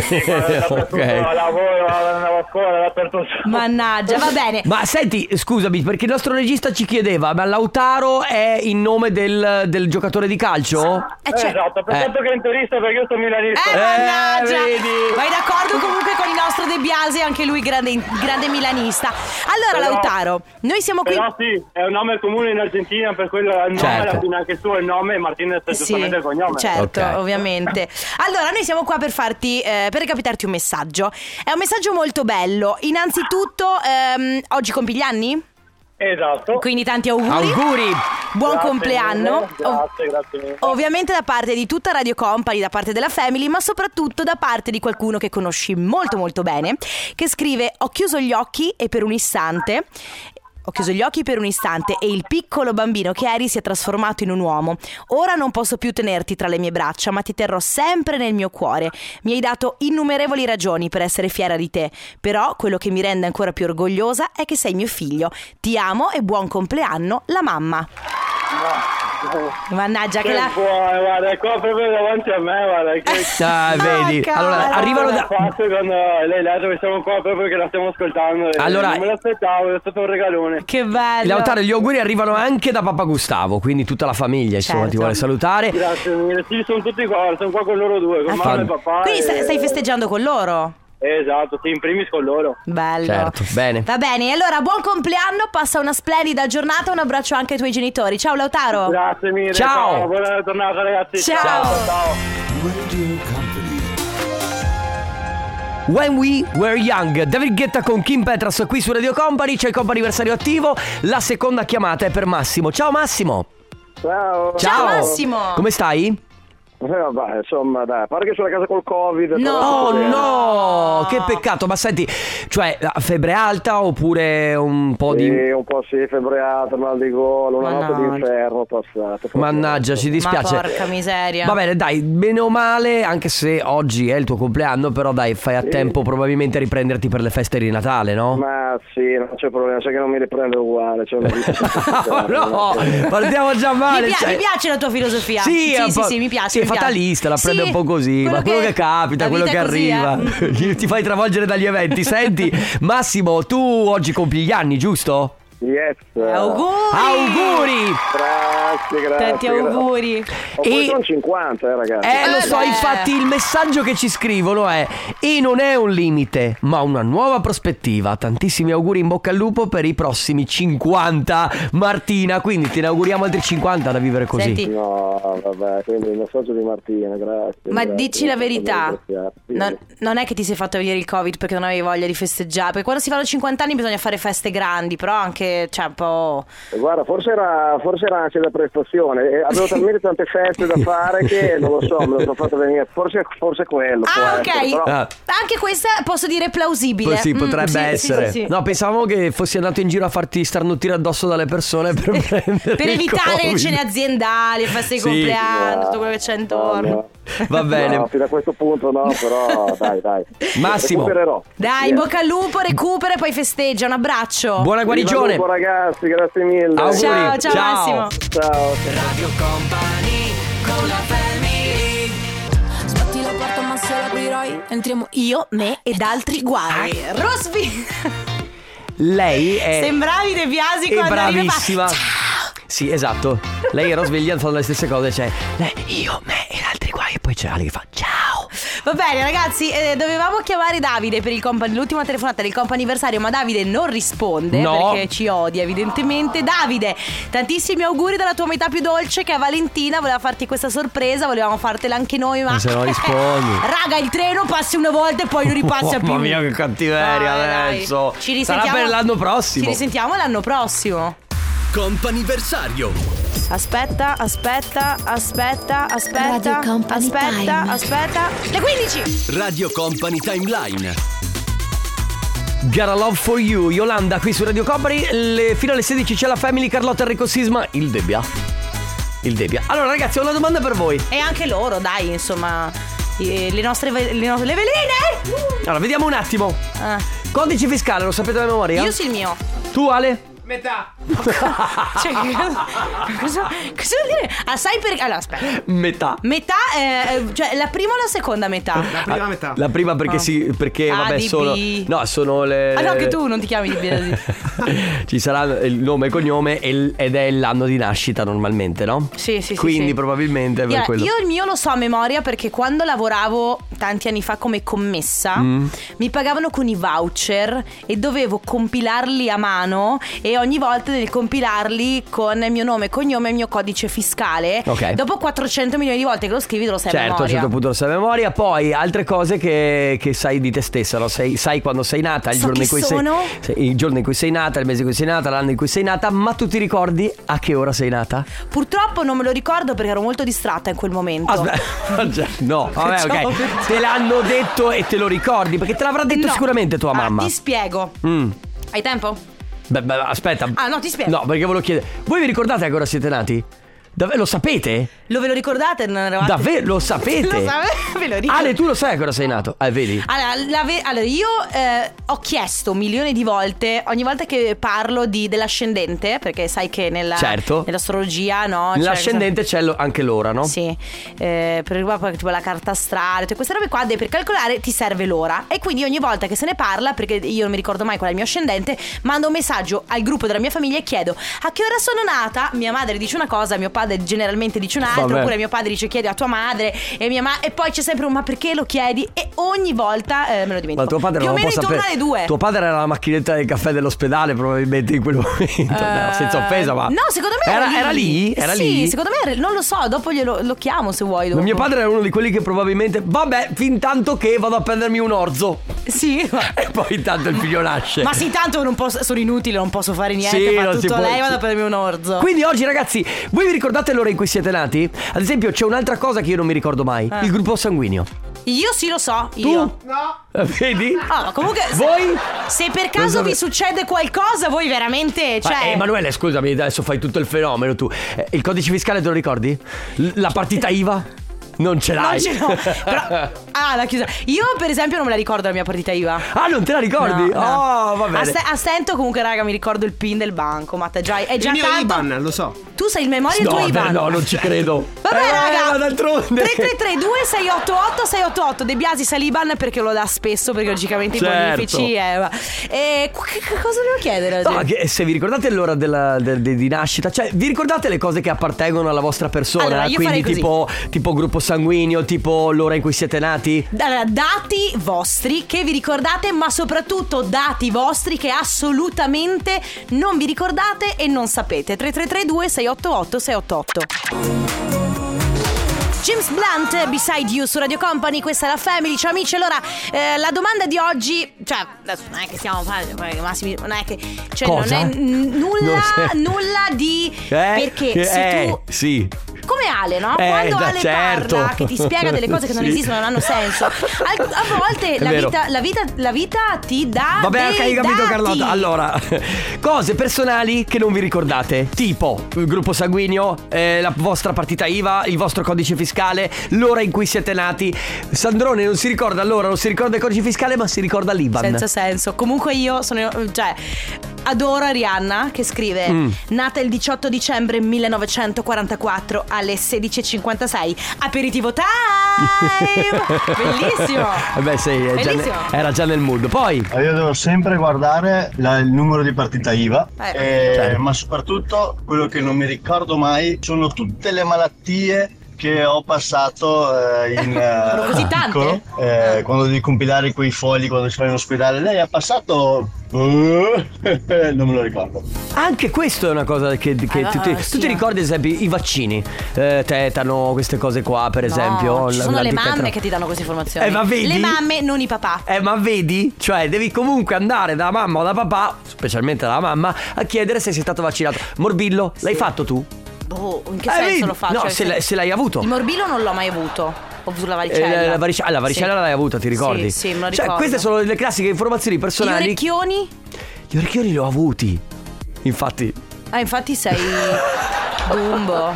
Speaker 8: sì, guarda, dappertutto,
Speaker 2: Ok.
Speaker 8: al lavoro, eh, andavo a scuola, dappertutto.
Speaker 1: Mannaggia, va bene.
Speaker 2: Ma senti, scusami, perché il nostro regista ci chiedeva, ma Lautaro è il nome del, del giocatore di calcio?
Speaker 1: Eh, cioè-
Speaker 8: Esatto, peccato che è un turista perché io sono milanista.
Speaker 1: Eh, mannaggia.
Speaker 2: vedi.
Speaker 1: Vai d'accordo comunque con il nostro De Biasi, anche lui grande, grande milanista. Allora,
Speaker 8: Però-
Speaker 1: Lautaro, noi siamo qui.
Speaker 8: Però sì, è un nome comune in Argentina, per quello il nome
Speaker 2: Certo.
Speaker 8: alla fine anche suo, il nome e Martinez è
Speaker 1: Sì,
Speaker 8: giustamente il cognome.
Speaker 1: certo,
Speaker 2: Ok.
Speaker 1: ovviamente. Allora, noi siamo qua per farti, eh, per recapitarti un messaggio. È un messaggio molto bello. Innanzitutto, ehm, oggi compi gli anni?
Speaker 8: Esatto.
Speaker 1: Quindi tanti
Speaker 2: Auguri!
Speaker 1: Buon
Speaker 8: Grazie
Speaker 1: compleanno.
Speaker 8: mille, Grazie, grazie mille.
Speaker 1: Ovviamente da parte di tutta Radio Company, da parte della Family, ma soprattutto da parte di qualcuno che conosci molto molto bene, che scrive "Ho chiuso gli occhi e per un istante ho chiuso gli occhi per un istante e il piccolo bambino che eri si è trasformato in un uomo. Ora non posso più tenerti tra le mie braccia, ma ti terrò sempre nel mio cuore. Mi hai dato innumerevoli ragioni per essere fiera di te, però quello che mi rende ancora più orgogliosa è che sei mio figlio. Ti amo e buon compleanno, la mamma. Mannaggia, che
Speaker 8: Che
Speaker 1: la,
Speaker 8: buono, guarda, è qua proprio davanti a me, guarda. Che...
Speaker 2: Ah, vedi.
Speaker 1: cavolo.
Speaker 2: Allora, arrivano da...
Speaker 8: Fatto quando lei l'ha detto che siamo qua proprio perché la stiamo ascoltando. e
Speaker 2: Allora-
Speaker 8: Non me l'aspettavo, è stato un regalone.
Speaker 1: Che bello.
Speaker 2: Lautaro, gli auguri arrivano anche da Papa Gustavo, quindi tutta la famiglia, insomma,
Speaker 1: Certo.
Speaker 2: ti vuole salutare.
Speaker 8: Grazie mille. Sì, sono tutti qua, guarda, sono qua con loro due, con
Speaker 1: Ah,
Speaker 8: mamma
Speaker 2: sì.
Speaker 8: e papà.
Speaker 1: Quindi
Speaker 8: e-
Speaker 1: stai, stai festeggiando con loro.
Speaker 8: Esatto, sì, in primis con loro.
Speaker 1: Bello.
Speaker 2: Certo, bene.
Speaker 1: Va bene, allora buon compleanno, passa una splendida giornata, un abbraccio anche ai tuoi genitori. Ciao Lautaro.
Speaker 8: Grazie mille.
Speaker 2: Ciao.
Speaker 8: Buona giornata, ragazzi.
Speaker 1: Ciao.
Speaker 8: ciao.
Speaker 2: When We Were Young, David Guetta con Kim Petras qui su Radio Company, c'è il comp anniversario attivo, la seconda chiamata è per Massimo. Ciao Massimo!
Speaker 8: Ciao. Eh,
Speaker 1: Ciao, Massimo.
Speaker 2: Come stai?
Speaker 8: vabbè, insomma, dai, pare che sono a casa col Covid.
Speaker 1: No. però
Speaker 2: Oh
Speaker 1: tutto bene.
Speaker 2: no, che peccato, ma senti, cioè febbre alta oppure un po' di...
Speaker 8: un po' sì, febbre alta, mal di gola,
Speaker 1: una notte di Mannaggia.
Speaker 8: inferno passata.
Speaker 2: Mannaggia, ci dispiace.
Speaker 1: Ma porca miseria.
Speaker 2: Va bene, dai, bene o male, anche se oggi è il tuo compleanno, però dai, fai a tempo probabilmente a riprenderti per le feste di Natale, no?
Speaker 8: Ma sì, non c'è problema, sai che non mi riprendo uguale. Cioè una vita
Speaker 2: Ah, no, partiamo già
Speaker 1: Mi,
Speaker 2: male.
Speaker 1: pia-
Speaker 2: cioè-
Speaker 1: mi piace la tua filosofia.
Speaker 2: Sì, è
Speaker 1: sì,
Speaker 2: un
Speaker 1: sì,
Speaker 2: po'-
Speaker 1: sì, mi piace.
Speaker 2: sì, è
Speaker 1: mi piace.
Speaker 2: fatalista, la prende un po' così. ma quello che, capita,
Speaker 1: la
Speaker 2: quello che
Speaker 1: vita è così,
Speaker 2: arriva.
Speaker 1: eh.
Speaker 2: Ti fai travolgere dagli eventi. Senti, Massimo, tu oggi compi gli anni, giusto?
Speaker 8: Yes.
Speaker 1: Auguri.
Speaker 2: Auguri!
Speaker 8: Grazie, grazie.
Speaker 1: Tanti auguri.
Speaker 8: Poi
Speaker 2: E...
Speaker 8: sono 50, eh, ragazzi.
Speaker 2: Eh, lo
Speaker 1: Eh,
Speaker 2: so,
Speaker 1: beh.
Speaker 2: infatti il messaggio che ci scrivono è E non è un limite, ma una nuova prospettiva Tantissimi auguri in bocca al lupo per i prossimi 50 Martina, quindi te ne auguriamo altri 50 da vivere così
Speaker 1: Senti,
Speaker 8: No, vabbè, quindi il messaggio di Martina, grazie.
Speaker 1: ma
Speaker 8: grazie,
Speaker 1: dici la
Speaker 8: non so
Speaker 1: verità.
Speaker 8: come ringraziarti. Sì.
Speaker 1: Non, non è che ti sei fatto venire il Covid perché non avevi voglia di festeggiare. Perché quando si fanno 50 anni bisogna fare feste grandi, però anche, cioè, un po'.
Speaker 8: Eh, Guarda, forse era, forse era ansia da prestazione. eh, Avevo talmente tante feste da fare che non lo so, me lo sono fatto venire. Forse, forse quello. può
Speaker 1: Ah, ok.
Speaker 8: essere, però-
Speaker 2: Ah.
Speaker 1: Anche questa posso dire plausibile.
Speaker 2: Sì,
Speaker 1: Mm,
Speaker 2: potrebbe
Speaker 1: sì, sì,
Speaker 2: essere.
Speaker 1: sì, sì.
Speaker 2: No, pensavamo che fossi andato in giro a farti starnutire addosso dalle persone per prendere
Speaker 1: Per
Speaker 2: il
Speaker 1: evitare le
Speaker 2: Covid.
Speaker 1: cene aziendali, feste di
Speaker 2: Sì.
Speaker 1: compleanno, tutto quello che c'è intorno.
Speaker 8: No,
Speaker 2: Va bene.
Speaker 8: No, fino a questo punto no, però dai, dai.
Speaker 2: Massimo.
Speaker 8: Recupererò.
Speaker 1: Dai, in bocca al lupo, recupera e poi festeggia. Un abbraccio.
Speaker 2: Buona guarigione.
Speaker 8: Viva Lupo, ragazzi, grazie mille.
Speaker 2: Auguri.
Speaker 1: ciao, ciao,
Speaker 2: Ciao.
Speaker 1: Massimo.
Speaker 8: Ciao.
Speaker 9: Sbatti la porta ma se l'aprirai Entriamo
Speaker 1: Io, me ed altri guai.
Speaker 2: Ah.
Speaker 1: Rosby.
Speaker 2: Lei è
Speaker 1: Sembravi De Biasi
Speaker 2: è
Speaker 1: quando arriva e fa-
Speaker 2: Eh. bravissima. Sì, esatto. Lei era sveglia fanno le stesse cose, cioè lei, io, me e altri guai. E poi c'è Ale che fa ciao.
Speaker 1: Va bene ragazzi, eh, dovevamo chiamare Davide per il compa- l'ultima telefonata del comp anniversario, ma Davide non risponde
Speaker 2: No.
Speaker 1: perché ci odia evidentemente. Davide, tantissimi auguri dalla tua metà più dolce che è Valentina, voleva farti questa sorpresa, volevamo fartela anche noi, ma...
Speaker 2: Ma se no rispondi.
Speaker 1: Raga, il treno passi una volta e poi non ripassa più.
Speaker 2: "Oh, Mamma mia, che cattiveria
Speaker 1: Dai, dai.
Speaker 2: adesso.
Speaker 1: Ci risentiamo.
Speaker 2: Sarà per l'anno prossimo.
Speaker 1: Ci risentiamo l'anno prossimo.
Speaker 2: Comp'anniversario.
Speaker 1: Aspetta, aspetta, aspetta, aspetta.
Speaker 9: Radio Company
Speaker 1: aspetta,
Speaker 9: Time.
Speaker 1: aspetta. Le 15!
Speaker 2: Radio Company Timeline. Gotta Love for You, Yolanda qui su Radio Company. Le- fino alle 16 c'è la Family Carlotta Enrico Sisma. Il Debbia. Il Debbia. Allora, ragazzi, ho una domanda per voi.
Speaker 1: E anche loro, dai, insomma. eh, Le nostre. ve- Le, no- le veline!
Speaker 2: Allora, vediamo un attimo.
Speaker 1: Ah,
Speaker 2: Codice fiscale, lo sapete a memoria?
Speaker 1: io sì il mio.
Speaker 2: Tu, Ale? Ah.
Speaker 1: Cioè, che cosa, cosa, cosa vuol dire? Ah, sai perché. Allora, aspetta.
Speaker 2: Metà.
Speaker 1: Metà, eh, cioè la prima o la seconda metà?
Speaker 7: Prima metà.
Speaker 2: Ah, La prima perché sì, perché
Speaker 1: Ah,
Speaker 2: vabbè
Speaker 1: di
Speaker 2: sono
Speaker 1: B.
Speaker 2: No, sono le
Speaker 1: Ah, no, che tu non ti chiami di Biasi.
Speaker 2: Ci sarà il nome e il cognome e l- ed è l'anno di nascita normalmente, no?
Speaker 1: Sì, sì, sì,
Speaker 2: Quindi
Speaker 1: sì.
Speaker 2: probabilmente per
Speaker 1: Io-
Speaker 2: quello.
Speaker 1: Io il mio lo so a memoria perché quando lavoravo tanti anni fa come commessa
Speaker 2: Mm.
Speaker 1: mi pagavano con i voucher e dovevo compilarli a mano e ogni volta nel compilarli con il mio nome, cognome e il mio codice fiscale.
Speaker 2: Ok.
Speaker 1: Dopo 400 milioni di volte che lo scrivi te lo sai a
Speaker 2: Certo, a un
Speaker 1: memoria.
Speaker 2: certo punto lo sai a memoria, poi altre cose che, che sai di te stessa, no? Sei- sai quando sei nata, il,
Speaker 1: So
Speaker 2: giorno
Speaker 1: chi
Speaker 2: in cui
Speaker 1: sono.
Speaker 2: Sei, se- il giorno in cui sei nata, il mese in cui sei nata, l'anno in cui sei nata, ma tu ti ricordi a che ora sei nata?
Speaker 1: Purtroppo non me lo ricordo perché ero molto distratta in quel
Speaker 2: Ah,
Speaker 1: momento.
Speaker 2: Aspe- Cioè, no, vabbè, ok. Te l'hanno detto e te lo ricordi, perché te l'avrà detto
Speaker 1: No. Ah,
Speaker 2: sicuramente tua
Speaker 1: Allora,
Speaker 2: mamma.
Speaker 1: Ti spiego.
Speaker 2: Mm.
Speaker 1: Hai tempo?
Speaker 2: Beh, beh, aspetta.
Speaker 1: Ah, no, ti spiego.
Speaker 2: No, perché volevo chiedere. Voi vi ricordate a che ora siete nati? Dav- lo sapete?
Speaker 1: Lo ve lo ricordate? Non eravate-
Speaker 2: Davvero? Lo sapete?
Speaker 1: Lo sape- ve lo Ah, ricordo.
Speaker 2: Ale, tu lo sai a che ora sei nato? Eh, vedi?
Speaker 1: Allora, la ve- allora, io eh, ho chiesto un milione di volte ogni volta che parlo di- dell'ascendente, perché sai che nella,
Speaker 2: Certo.
Speaker 1: nell'astrologia, no? c'è-
Speaker 2: L'ascendente c'è lo- anche l'ora, no?
Speaker 1: Sì, eh, per riguardo tipo la carta astrale, tutte queste robe qua, de- per calcolare ti serve l'ora. E quindi ogni volta che se ne parla, perché io non mi ricordo mai qual è il mio ascendente, mando un messaggio al gruppo della mia famiglia e chiedo a che ora sono nata. Mia madre dice una cosa, mio padre generalmente dice un'altra,
Speaker 2: Vabbè.
Speaker 1: oppure mio padre dice chiedi a tua madre e, mia ma- e poi c'è sempre un ma perché lo chiedi e ogni volta eh, me lo dimentico.
Speaker 2: Ma tuo padre
Speaker 1: Più o
Speaker 2: non lo
Speaker 1: meno
Speaker 2: può
Speaker 1: intorno
Speaker 2: sapere.
Speaker 1: alle due.
Speaker 2: Tuo padre era la macchinetta del caffè dell'ospedale, probabilmente in quel momento. No, senza offesa, ma.
Speaker 1: Eh, No, secondo me era,
Speaker 2: era, era lì. Era
Speaker 1: sì,
Speaker 2: lì.
Speaker 1: secondo me era- non lo so, dopo glielo lo chiamo se vuoi.
Speaker 2: Ma
Speaker 1: dopo.
Speaker 2: Mio padre era uno di quelli che probabilmente. Vabbè, fin tanto che vado a prendermi un orzo.
Speaker 1: Sì, ma-
Speaker 2: E poi intanto il figlio nasce.
Speaker 1: Ma sì, tanto non posso, sono inutile, non posso fare niente.
Speaker 2: Sì,
Speaker 1: fa
Speaker 2: non si
Speaker 1: tutto
Speaker 2: può-
Speaker 1: lei, vado
Speaker 2: sì.
Speaker 1: a prendermi un orzo.
Speaker 2: Quindi oggi ragazzi, voi vi ricordate l'ora in cui siete nati? Ad esempio c'è un'altra cosa che io non mi ricordo mai,
Speaker 1: Eh.
Speaker 2: il gruppo sanguigno.
Speaker 1: Io sì, lo so.
Speaker 2: Tu?
Speaker 1: Io.
Speaker 2: No. Vedi?
Speaker 1: Ah, ma comunque. se-
Speaker 2: Voi?
Speaker 1: Se, per caso
Speaker 2: Non so-
Speaker 1: vi succede qualcosa, voi veramente.
Speaker 2: Ma, eh,
Speaker 1: Cioè.
Speaker 2: Emanuele, scusami, adesso fai tutto il fenomeno tu. Eh, il codice fiscale te lo ricordi? L- la partita IVA? Non ce
Speaker 1: non
Speaker 2: l'hai.
Speaker 1: ce l'ho. Però- ah, la chiusa. Io, per esempio, non me la ricordo la mia partita IVA.
Speaker 2: Ah, non te la ricordi?
Speaker 1: No, Ah, no.
Speaker 2: Oh, va
Speaker 1: A,
Speaker 2: bene.
Speaker 1: ste- a stento, comunque, raga, mi ricordo il pin del banco. Ma te già, è già
Speaker 7: Il mio
Speaker 1: tanto.
Speaker 7: IBAN, lo so.
Speaker 1: Tu sei il memoria e il
Speaker 2: no,
Speaker 1: tuo
Speaker 2: beh,
Speaker 1: IVAN.
Speaker 2: no, non ci credo.
Speaker 1: Vabbè,
Speaker 2: eh,
Speaker 1: raga.
Speaker 2: Ma d'altronde.
Speaker 1: 3332 688 688 De Biasi Saliban perché lo dà spesso perché logicamente i
Speaker 2: Certo.
Speaker 1: bonifici eh, ma- E qu- che, che cosa devo chiedere oggi?
Speaker 2: No, ma che- eh, se vi ricordate l'ora della- de- de- di nascita, cioè vi ricordate le cose che appartengono alla vostra persona?
Speaker 1: Allora, io
Speaker 2: Quindi
Speaker 1: farei così.
Speaker 2: tipo, tipo gruppo sanguigno, tipo l'ora in cui siete nati? Eh?
Speaker 1: Allora, dati vostri che vi ricordate, ma soprattutto dati vostri che assolutamente non vi ricordate e non sapete. 3332 688 688 James Blunt, Beside You su Radio Company, questa è la Family, ciao amici. Allora, eh, la domanda di oggi, cioè, adesso non è che stiamo facendo, Massimi, non è che, cioè,
Speaker 2: Cosa?
Speaker 1: non è n- nulla,
Speaker 2: Non sei-
Speaker 1: nulla di, perché
Speaker 2: eh,
Speaker 1: se tu,
Speaker 2: Sì.
Speaker 1: come Ale, no?
Speaker 2: Eh,
Speaker 1: Quando
Speaker 2: da-
Speaker 1: Ale
Speaker 2: certo.
Speaker 1: parla, che ti spiega delle cose che non
Speaker 2: Sì.
Speaker 1: esistono, non hanno senso. Al- a volte
Speaker 2: È
Speaker 1: la
Speaker 2: vero.
Speaker 1: vita, la, vita, la vita ti dà.
Speaker 2: Vabbè,
Speaker 1: Ah, dei
Speaker 2: ok, hai capito
Speaker 1: dati.
Speaker 2: Carlotta. Allora, cose personali che non vi ricordate, tipo il gruppo sanguigno, eh, la vostra partita IVA, il vostro codice fiscale, l'ora in cui siete nati. Sandrone non si ricorda l'ora, non si ricorda il codice fiscale, ma si ricorda l'IBAN.
Speaker 1: Senza senso. Comunque io sono. Cioè. adoro Arianna che scrive
Speaker 2: Mm.
Speaker 1: Nata il 18 dicembre 1944 alle 16.56 Aperitivo time Bellissimo
Speaker 2: Vabbè, sì, è già ne-
Speaker 1: Bellissimo.
Speaker 2: era già nel mood. Poi,
Speaker 10: Io devo sempre guardare la- il numero di partita IVA,
Speaker 1: Eh.
Speaker 10: eh,
Speaker 2: Certo.
Speaker 10: ma soprattutto quello che non mi ricordo mai sono tutte le malattie che ho passato eh, in
Speaker 1: Sono così
Speaker 10: eh,
Speaker 1: tante? Ah.
Speaker 10: piccolo, eh, quando devi compilare quei fogli quando si fa in ospedale. Lei ha passato... non me lo ricordo.
Speaker 2: anche questo è una cosa che, che
Speaker 1: Ah,
Speaker 2: tu, ti,
Speaker 1: sì,
Speaker 2: tu ti
Speaker 1: eh.
Speaker 2: ricordi, ad esempio, i vaccini, eh, tetano, queste cose qua, per eh, esempio.
Speaker 1: No, ci
Speaker 2: la-
Speaker 1: sono
Speaker 2: la
Speaker 1: le
Speaker 2: dica-
Speaker 1: mamme che ti danno queste informazioni
Speaker 2: Eh, ma vedi?
Speaker 1: Le mamme non i papà
Speaker 2: Eh, ma vedi? Cioè, devi comunque andare da mamma o da papà, specialmente dalla mamma, a chiedere se sei stato vaccinato. Morbillo, l'hai fatto tu?
Speaker 1: Boh in che
Speaker 2: Eh,
Speaker 1: senso
Speaker 2: vedi?
Speaker 1: lo faccio
Speaker 2: No, se l'hai- se l'hai avuto.
Speaker 1: Il morbillo non l'ho mai avuto Ho avuto la varicella
Speaker 2: Eh, la varice- ah, la varicella
Speaker 1: cioè, Sì.
Speaker 2: l'hai avuta, ti ricordi?
Speaker 1: Sì, sì, me lo
Speaker 2: Cioè,
Speaker 1: ricordo.
Speaker 2: queste sono le classiche informazioni
Speaker 1: Gli
Speaker 2: personali.
Speaker 1: orecchioni
Speaker 2: Gli orecchioni li ho avuti. Infatti.
Speaker 1: Ah infatti sei Dumbo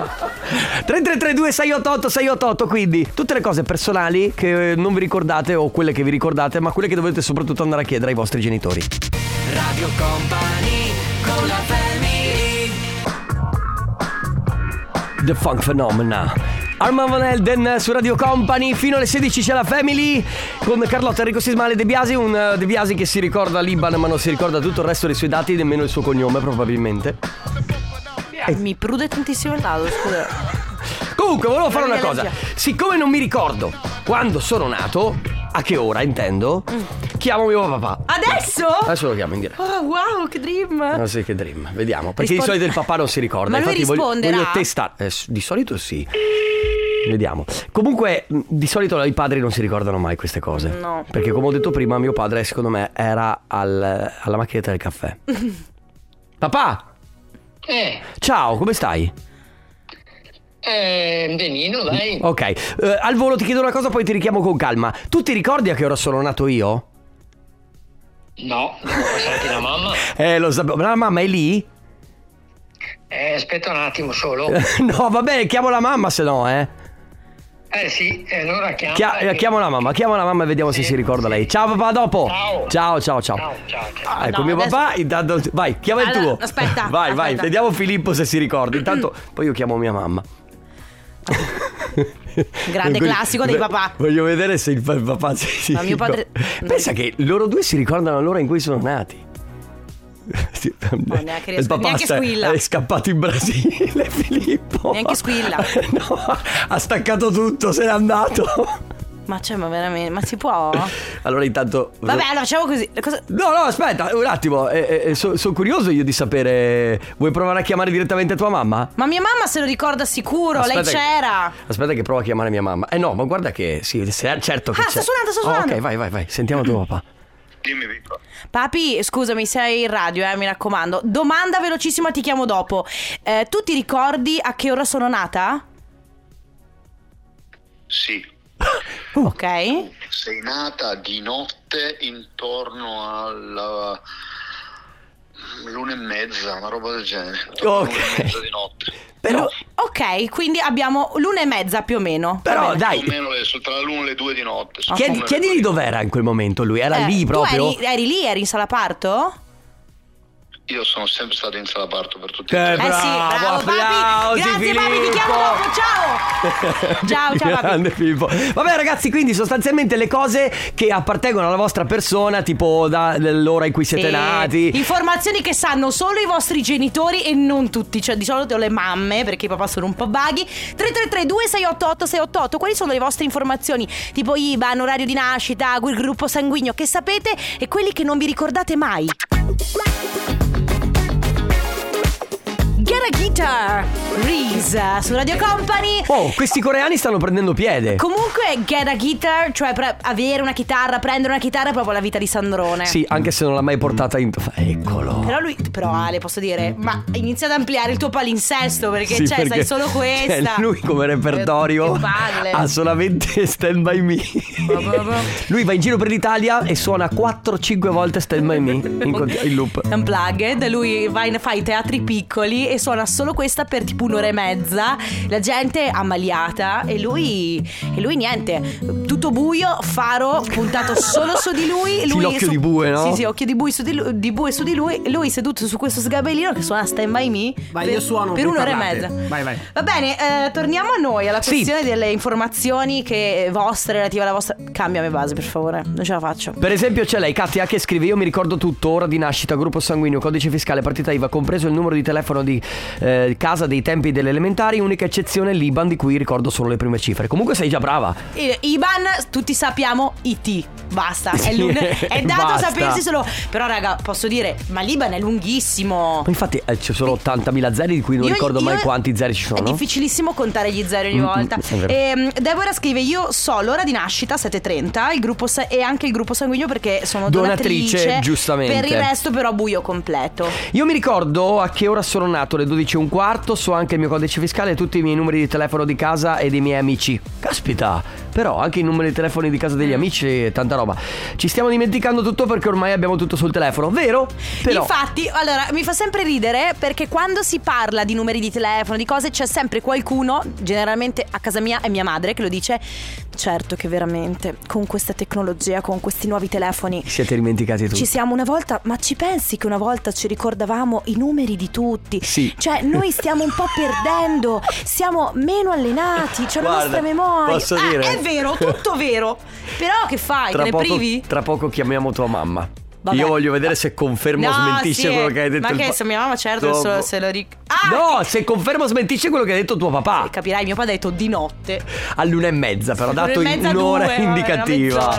Speaker 2: 3332 688 688 quindi tutte le cose personali che eh, non vi ricordate o quelle che vi ricordate ma quelle che dovete soprattutto andare a chiedere ai vostri genitori The Funk Phenomena Arman Van Elden su Radio Company fino alle 16 c'è la Family con Carlotta Enrico Sismale De Biasi un eh, De Biasi che si ricorda l'Iban ma non si ricorda tutto il resto dei suoi dati nemmeno il suo cognome probabilmente Eh.
Speaker 1: Mi prude tantissimo il naso scusa
Speaker 2: Comunque, volevo fare una
Speaker 1: Famiglia
Speaker 2: cosa.
Speaker 1: Leggero.
Speaker 2: Siccome non mi ricordo quando sono nato, a che ora intendo, chiamo mio papà.
Speaker 1: Adesso?
Speaker 2: Adesso lo chiamo in diretta.
Speaker 1: Oh, wow, che dream!
Speaker 2: Non so che dream, vediamo. Perché
Speaker 1: Risponde-
Speaker 2: di solito il papà non si ricorda.
Speaker 1: Ma lui
Speaker 2: Infatti voglio-
Speaker 1: risponderà?
Speaker 2: Voglio testare. Eh, s- di solito sì. Vediamo. Comunque, mh, di solito i padri non si ricordano mai queste cose.
Speaker 1: No.
Speaker 2: Perché, come ho detto prima, mio padre, secondo me, era al- alla macchinetta del caffè. papà!
Speaker 11: Eh,
Speaker 2: Ciao, come stai?
Speaker 11: eh, benino, dai.
Speaker 2: Ok, eh, al volo ti chiedo una cosa, poi ti richiamo con calma. Tu ti ricordi a che ora sono nato io?
Speaker 11: No, devo passarti la mamma.
Speaker 2: Eh, lo sapevo. Ma la mamma è lì?
Speaker 11: Eh, aspetta un attimo solo.
Speaker 2: no, va bene, chiamo la mamma, se no, eh.
Speaker 11: Eh sì, e allora chiama.
Speaker 2: Chia- eh, chiamo la mamma, chiamo la mamma e vediamo se
Speaker 11: Sì,
Speaker 2: si ricorda
Speaker 11: sì.
Speaker 2: lei. Ciao papà, a dopo.
Speaker 11: Ciao.
Speaker 2: ciao, ciao. ciao.
Speaker 11: Ciao, ciao, ciao.
Speaker 2: Ah, ecco
Speaker 1: No,
Speaker 2: mio
Speaker 1: adesso-
Speaker 2: papà, intanto. Vai, chiama il
Speaker 1: Allora,
Speaker 2: tuo.
Speaker 1: aspetta,
Speaker 2: Vai, vai,
Speaker 1: aspetta.
Speaker 2: vediamo Filippo se si ricorda. Intanto, poi io chiamo mia mamma.
Speaker 1: Grande
Speaker 2: Voglio-
Speaker 1: classico dei papà.
Speaker 2: Voglio vedere se il pa- papà si, si
Speaker 1: Ma mio padre-
Speaker 2: ricorda. Pensa che loro due si ricordano l'ora in cui sono nati. Sì,
Speaker 1: neanche
Speaker 2: il
Speaker 1: riesco-
Speaker 2: papà
Speaker 1: neanche
Speaker 2: sta-
Speaker 1: squilla.
Speaker 2: è scappato in Brasile, Filippo.
Speaker 1: Neanche squilla.
Speaker 2: No, ha staccato tutto, se n'è andato.
Speaker 1: Ma cioè, ma veramente, ma si può?
Speaker 2: Allora, intanto.
Speaker 1: Vabbè, allora facciamo così. Cosa-
Speaker 2: No, no, aspetta, un attimo. Eh, sono curioso io di sapere. Vuoi provare a chiamare direttamente tua mamma?
Speaker 1: Ma mia mamma se lo ricorda sicuro, lei
Speaker 2: Aspetta che-
Speaker 1: c'era.
Speaker 2: Aspetta che provo a chiamare mia mamma. Eh no, ma guarda che sì, se- certo che
Speaker 1: Ah,
Speaker 2: c'è.
Speaker 1: sta suonando, sta
Speaker 2: Ah,
Speaker 1: suonando.
Speaker 2: ok, vai, vai, vai. Sentiamo tuo papà.
Speaker 1: Papi, scusami, sei in radio, eh, mi raccomando. Domanda velocissima, ti chiamo dopo. Eh, tu ti ricordi a che ora sono nata?
Speaker 12: Sì,
Speaker 1: Ok.
Speaker 12: sei nata di notte intorno alla l'una e mezza, una roba del genere. Intorno all'una
Speaker 2: Ok.
Speaker 12: e mezza di notte.
Speaker 2: Però,
Speaker 1: Ok, quindi abbiamo l'una e mezza più o meno. Va
Speaker 2: però
Speaker 1: bene.
Speaker 12: Più o
Speaker 2: Ah, dai.
Speaker 12: meno adesso, tra l'una e le due di notte.
Speaker 2: Chiedi,
Speaker 12: siccome-
Speaker 2: chiedigli dov'era in quel momento lui. Era
Speaker 1: Eh,
Speaker 2: lì proprio.
Speaker 1: Tu eri, eri lì, eri in sala parto?
Speaker 12: Io sono sempre stato in sala parto per tutti
Speaker 2: Eh,
Speaker 12: i giorni.
Speaker 1: eh sì,
Speaker 2: bravo,
Speaker 1: bravo papi.
Speaker 2: applausi,
Speaker 1: Grazie papi, ti chiamo
Speaker 2: Filippo.
Speaker 1: dopo, ciao. ciao, ciao papi.
Speaker 2: Grande Filippo. Vabbè ragazzi, quindi sostanzialmente le cose che appartengono alla vostra persona, tipo dall'ora in cui siete
Speaker 1: Sì.
Speaker 2: nati.
Speaker 1: Informazioni che sanno solo i vostri genitori e non tutti, cioè di solito le mamme, perché i papà sono un po' vaghi. 3332 688 688, quali sono le vostre informazioni? Tipo IBAN, orario di nascita, quel gruppo sanguigno che sapete e quelli che non vi ricordate mai. Get a guitar, Reese su Radio Company.
Speaker 2: Oh, questi coreani stanno prendendo piede.
Speaker 1: Comunque, get a guitar, cioè pre- avere una chitarra, prendere una chitarra è proprio la vita di Sandrone.
Speaker 2: Sì, anche se non l'ha mai portata in. Eccolo.
Speaker 1: Eh. Però lui, però Ale, posso dire, ma inizia ad ampliare il tuo palinsesto perché
Speaker 2: Sì,
Speaker 1: cioè, sai
Speaker 2: perché-
Speaker 1: solo
Speaker 2: cioè,
Speaker 1: questa.
Speaker 2: lui come repertorio
Speaker 1: Che palle. Boh,
Speaker 2: ha solamente Stand By Me. lui va in giro per l'Italia e suona 4-5 volte Stand By Me in, cont- in loop.
Speaker 1: eh? Unplugged, lui va in- fa i teatri piccoli e suona solo questa per tipo un'ora e mezza, la gente ammaliata e lui, e lui niente, tutto buio, faro puntato solo su di lui.
Speaker 2: Sì,
Speaker 1: lui
Speaker 2: l'occhio
Speaker 1: su-
Speaker 2: di bue, no?
Speaker 1: Sì, sì, occhio di bue su di lui, di bue su di lui, lui seduto su questo sgabellino che suona Stand By Me
Speaker 7: Vai,
Speaker 1: per,
Speaker 7: io suono.
Speaker 1: per
Speaker 7: voi
Speaker 1: un'ora
Speaker 7: parlate.
Speaker 1: e mezza.
Speaker 7: Vai, vai.
Speaker 1: Va bene, eh, torniamo a noi, alla
Speaker 2: Sì.
Speaker 1: questione delle informazioni che eh, vostre relative alla vostra. Cambiami base, per favore, non ce la faccio.
Speaker 2: Per esempio c'è lei, Katia, che scrive Io mi ricordo tutto, ora di nascita, gruppo sanguigno, codice fiscale, partita IVA Compreso il numero di telefono di eh, casa dei tempi delle elementari Unica eccezione l'Iban di cui ricordo solo le prime cifre Comunque sei già brava
Speaker 1: Eh, Iban, tutti sappiamo IT. Basta, è,
Speaker 2: Sì,
Speaker 1: l'un- è dato
Speaker 2: basta.
Speaker 1: sapersi solo. Però, raga, posso dire, ma l'Iban è lunghissimo.
Speaker 2: Ma infatti eh, ci sono 80.000 zeri di cui non
Speaker 1: Io-
Speaker 2: ricordo
Speaker 1: io-
Speaker 2: mai quanti zeri ci
Speaker 1: È
Speaker 2: sono
Speaker 1: difficilissimo contare gli zeri ogni
Speaker 2: Mm, mm,
Speaker 1: volta.
Speaker 2: è vero.
Speaker 1: Ehm, Deborah scrive: Io so l'ora di nascita, 7.30, il gruppo sa- e anche il gruppo sanguigno perché sono
Speaker 2: Donatrice,
Speaker 1: donatrice.
Speaker 2: giustamente.
Speaker 1: Per il resto, però, buio completo.
Speaker 2: Io mi ricordo a che ora sono nato, le 12 e un quarto, so anche il mio codice fiscale e tutti i miei numeri di telefono di casa e dei miei amici. Caspita, però anche i numeri di telefono di casa degli
Speaker 1: Mm.
Speaker 2: amici e tanta roba. Ci stiamo dimenticando tutto perché ormai abbiamo tutto sul telefono, vero? Però
Speaker 1: Infatti, allora mi fa sempre ridere perché quando si parla di numeri di telefono, di cose, c'è sempre qualcuno, generalmente a casa mia è mia madre, che lo dice: Certo che veramente con questa tecnologia, con questi nuovi telefoni.
Speaker 2: siete dimenticati tutti.
Speaker 1: Ci siamo una volta, ma ci pensi che una volta ci ricordavamo i numeri di tutti?
Speaker 2: Sì.
Speaker 1: Cioè, noi stiamo un po' perdendo, siamo meno allenati, cioè la
Speaker 2: Guarda,
Speaker 1: nostra memoria.
Speaker 2: posso
Speaker 1: Ah,
Speaker 2: dire?
Speaker 1: È vero, tutto vero. Però che fai?
Speaker 2: tra,
Speaker 1: Te ne
Speaker 2: poco,
Speaker 1: privi?
Speaker 2: tra poco chiamiamo tua mamma.
Speaker 1: Vabbè.
Speaker 2: Io voglio vedere se confermo o
Speaker 1: No,
Speaker 2: smentisce
Speaker 1: sì,
Speaker 2: quello che hai detto.
Speaker 1: ma
Speaker 2: il
Speaker 1: che
Speaker 2: pa-
Speaker 1: se mia mamma certo
Speaker 2: dopo.
Speaker 1: se lo- se lo Ah, ric-
Speaker 2: No, se confermo o smentisce quello che ha detto tuo papà.
Speaker 1: Capirai, mio padre ha detto di notte.
Speaker 2: All'una e mezza, però ha dato
Speaker 1: L'una e mezza,
Speaker 2: un'ora
Speaker 1: due, vabbè, una
Speaker 2: indicativa.
Speaker 1: mezz'ora.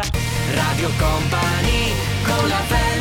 Speaker 4: Radio Company con la family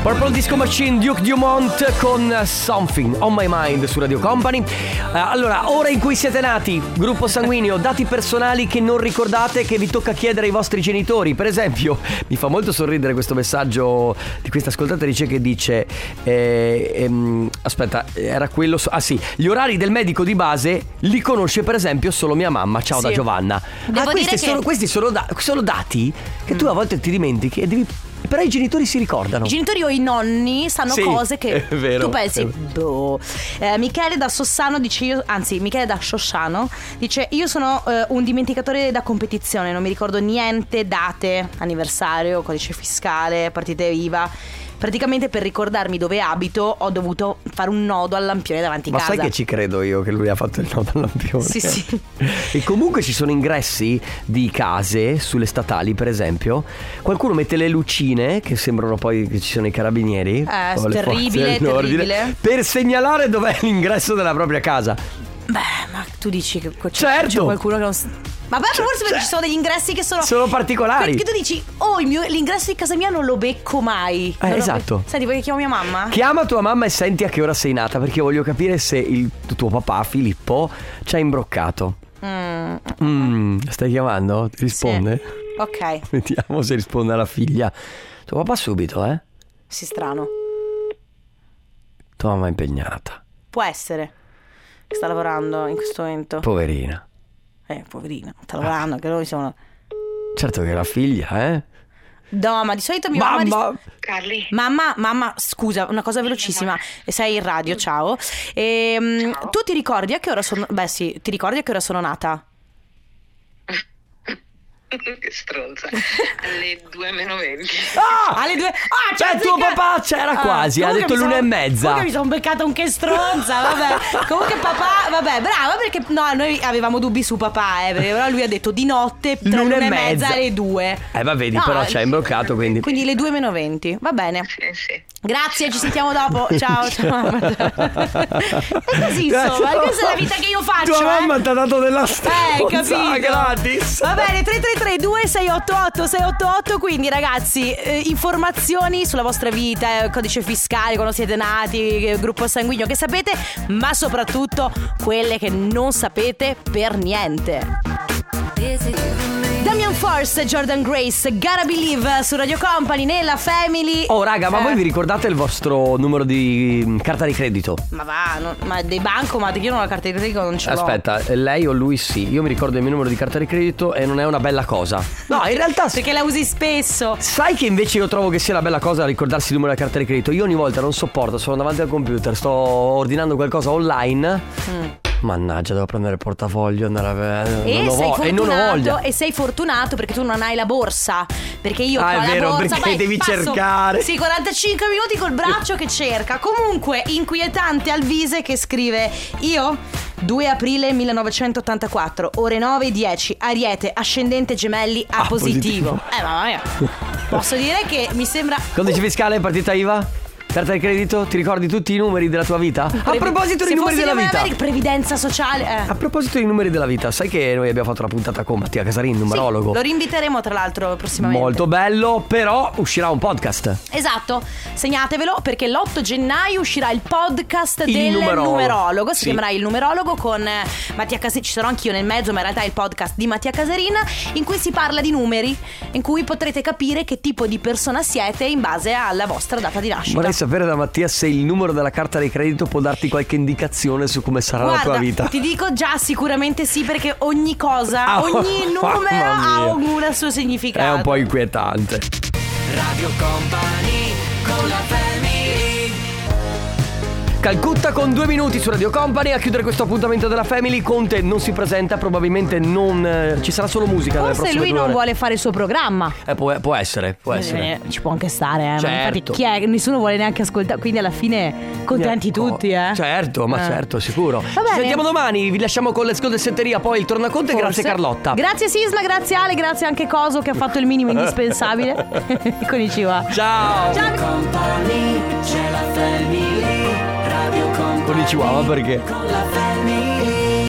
Speaker 2: Purple Disco Machine, Duke Dumont con Something on My Mind su Radio Company. Eh, allora, ora in cui siete nati, gruppo sanguigno, dati personali che non ricordate che vi tocca chiedere ai vostri genitori. Per esempio, mi fa molto sorridere questo messaggio di questa ascoltatrice che dice: eh, ehm, Aspetta, era quello. so- ah sì, gli orari del medico di base li conosce, per esempio, solo mia mamma. Ciao da
Speaker 1: Sì.
Speaker 2: Giovanna.
Speaker 1: Devo dire
Speaker 2: ah, questi
Speaker 1: che- Mm.
Speaker 2: sono, questi sono da- sono dati che tu a volte ti dimentichi e devi. Però i genitori si ricordano.
Speaker 1: I genitori o i nonni sanno
Speaker 2: Sì,
Speaker 1: cose che
Speaker 2: è vero,
Speaker 1: tu
Speaker 2: è
Speaker 1: pensi.
Speaker 2: vero.
Speaker 1: Boh. Eh, Michele da Sossano dice io, anzi, Michele da Sciosciano dice: Io sono eh, un dimenticatore da competizione, non mi ricordo niente, date, anniversario, codice fiscale, partite IVA. Praticamente per ricordarmi dove abito ho dovuto fare un nodo al lampione davanti a
Speaker 2: Ma
Speaker 1: casa.
Speaker 2: sai che ci credo io che lui ha fatto il nodo al lampione?
Speaker 1: Sì, sì.
Speaker 2: E comunque ci sono ingressi di case sulle statali, per esempio. Qualcuno mette le lucine, che sembrano poi che ci sono i carabinieri. o le
Speaker 1: Eh, terribile,
Speaker 2: forze dell'ordine,
Speaker 1: terribile. Ah.
Speaker 2: Per segnalare dov'è l'ingresso della propria casa.
Speaker 1: Beh, ma tu dici che c'è,
Speaker 2: Certo. Cioè,
Speaker 1: c'è qualcuno che non. s- Ma beh, forse perché ci sono degli ingressi che sono.
Speaker 2: Sono particolari.
Speaker 1: Perché tu dici, oh, il mio- l'ingresso di casa mia non lo becco mai.
Speaker 2: Eh,
Speaker 1: Non lo
Speaker 2: esatto.
Speaker 1: be- Senti, vuoi che chiamo mia mamma?
Speaker 2: Chiama tua mamma e senti a che ora sei nata, perché voglio capire se il tuo papà, Filippo, ci ha imbroccato.
Speaker 1: Mm,
Speaker 2: Mm, stai chiamando? Ti risponde?
Speaker 1: ok,
Speaker 2: Vediamo se risponde alla figlia. Tuo papà subito, eh?
Speaker 1: sì, strano.
Speaker 2: Tua mamma è impegnata.
Speaker 1: Può essere che sta lavorando in questo momento.
Speaker 2: Poverina.
Speaker 1: eh, poverina, sta lavorando, che noi siamo.
Speaker 2: Certo che è la figlia, eh?
Speaker 1: No, ma di solito mia mamma.
Speaker 2: Mamma!
Speaker 1: Carli. Mamma, mamma, scusa, una cosa velocissima. Sei in radio, ciao. Ehm, Tu ti ricordi a che ora sono. Beh, sì, ti ricordi a che ora sono nata?
Speaker 13: che stronza. Alle 2 meno 20.
Speaker 2: Ah!
Speaker 1: Alle due. Ah,
Speaker 2: Cioè,
Speaker 1: cazzo,
Speaker 2: tuo
Speaker 1: che-
Speaker 2: papà c'era quasi, ha
Speaker 1: Ah, comunque
Speaker 2: detto
Speaker 1: mi
Speaker 2: l'una
Speaker 1: sono-
Speaker 2: e mezza.
Speaker 1: comunque mi sono beccata un che stronza, vabbè. comunque papà, vabbè, brava perché no, noi avevamo dubbi su papà, eh, perché però lui ha detto di notte tra l'una, e mezza alle due.
Speaker 2: Eh, ma vedi,
Speaker 1: No,
Speaker 2: però ci ha imbroccato, quindi...
Speaker 1: Quindi le due meno 20, va bene. Grazie, ci sentiamo dopo. Ciao, ciao. È così,
Speaker 2: Cioè,
Speaker 1: insomma,
Speaker 4: Grazie.
Speaker 1: questa è la vita che io faccio.
Speaker 4: Tua mamma
Speaker 1: eh.
Speaker 2: ti ha dato della
Speaker 4: stronza
Speaker 1: capito.
Speaker 4: gratis.
Speaker 1: Va bene, 333-2688-688. Quindi, ragazzi, eh, informazioni sulla vostra vita, eh, codice fiscale, quando siete nati, eh, gruppo sanguigno che sapete, ma soprattutto quelle che non sapete per niente. Damian Fo Force, Jordan Grace, Gotta Believe su Radio Company, nella Family.
Speaker 2: Oh raga, ma
Speaker 1: Eh,
Speaker 2: voi vi ricordate il vostro numero di mm, carta di credito?
Speaker 1: Ma va, non- ma dei bancomat, io non ho la carta di credito, non ce l'ho.
Speaker 2: Aspetta, lei o lui sì. Io mi ricordo il mio numero di carta di credito e non è una bella cosa. No, in realtà.
Speaker 1: Perché la usi spesso.
Speaker 2: Sai che invece io trovo che sia la bella cosa ricordarsi il numero della carta di credito? Io ogni volta non sopporto, sono davanti al computer, sto ordinando qualcosa online.
Speaker 1: Mm.
Speaker 2: Mannaggia, devo prendere il portafoglio, andare a eh,
Speaker 1: E,
Speaker 2: non
Speaker 1: Eh, sei
Speaker 2: ho vo-
Speaker 1: fortunato,
Speaker 2: e non ho voglia.
Speaker 1: e sei fortunato perché tu non hai la borsa. Perché io
Speaker 2: Ah,
Speaker 1: ho
Speaker 2: è
Speaker 1: la
Speaker 2: vero,
Speaker 1: borsa.
Speaker 2: perché
Speaker 1: vai,
Speaker 2: devi
Speaker 1: passo-
Speaker 2: cercare.
Speaker 1: Sì, 45 minuti col braccio che cerca. Comunque, inquietante Alvise che scrive: Io, 2 aprile 1984, ore 9 e 10, Ariete, ascendente gemelli A
Speaker 2: Ah,
Speaker 1: positivo.
Speaker 2: positivo.
Speaker 1: Eh, mamma mia. Posso dire che mi sembra.
Speaker 2: Codice fiscale, partita IVA? Carta di credito? Ti ricordi tutti i numeri della tua vita? A
Speaker 1: Previ-
Speaker 2: proposito
Speaker 1: Se
Speaker 2: dei numeri
Speaker 1: fossi
Speaker 2: della
Speaker 1: di
Speaker 2: vita.
Speaker 1: America, Previdenza sociale. eh.
Speaker 2: A proposito dei numeri della vita, sai che noi abbiamo fatto la puntata con Mattia Casarin, numerologo.
Speaker 1: Lo rinviteremo tra l'altro prossimamente.
Speaker 2: Molto bello, però uscirà un podcast.
Speaker 1: Esatto, segnatevelo perché l'8 gennaio uscirà il podcast
Speaker 2: Il
Speaker 1: del numerologo.
Speaker 2: numerologo.
Speaker 1: Si
Speaker 2: Sì.
Speaker 1: chiamerà Il numerologo con eh, Mattia Casarin. Ci sarò anch'io nel mezzo, ma in realtà è il podcast di Mattia Casarin. In cui si parla di numeri, in cui potrete capire che tipo di persona siete in base alla vostra data di nascita.
Speaker 2: Vorrei sapere da Mattia se il numero della carta di credito può darti qualche indicazione su come sarà
Speaker 1: Guarda,
Speaker 2: la tua vita.
Speaker 1: ti dico già sicuramente sì perché ogni cosa,
Speaker 2: Ah,
Speaker 1: ogni
Speaker 2: mamma
Speaker 1: numero ha
Speaker 2: mia.
Speaker 1: un un suo
Speaker 2: È
Speaker 1: significato.
Speaker 2: un po' inquietante.
Speaker 4: Radio Company con la family
Speaker 2: Calcutta con due minuti su Radio Company a chiudere questo appuntamento della Family. Conte non si presenta, probabilmente non. eh, ci sarà solo musica nelle
Speaker 1: Forse
Speaker 2: prossime
Speaker 1: lui
Speaker 2: due
Speaker 1: non
Speaker 2: ore.
Speaker 1: vuole fare il suo programma.
Speaker 2: Eh, può, può essere, può essere.
Speaker 1: Eh, Ci può anche stare, eh. ma
Speaker 2: Certo.
Speaker 1: infatti chi è? Nessuno vuole neanche ascoltare, quindi alla fine contenti tutti, eh.
Speaker 2: Certo, ma
Speaker 1: Eh.
Speaker 2: certo, sicuro. Ci
Speaker 1: bene.
Speaker 2: sentiamo domani, vi lasciamo con le sconde setteria, poi il tornaconte. Grazie
Speaker 1: Forse.
Speaker 2: Carlotta.
Speaker 1: Grazie Sisma, grazie Ale, grazie anche Coso che ha fatto il minimo indispensabile. Con i civa.
Speaker 2: Ciao.
Speaker 1: Ciao.
Speaker 4: Company c'è la family Radio Company
Speaker 2: Con i chihuahua perché?
Speaker 4: con la family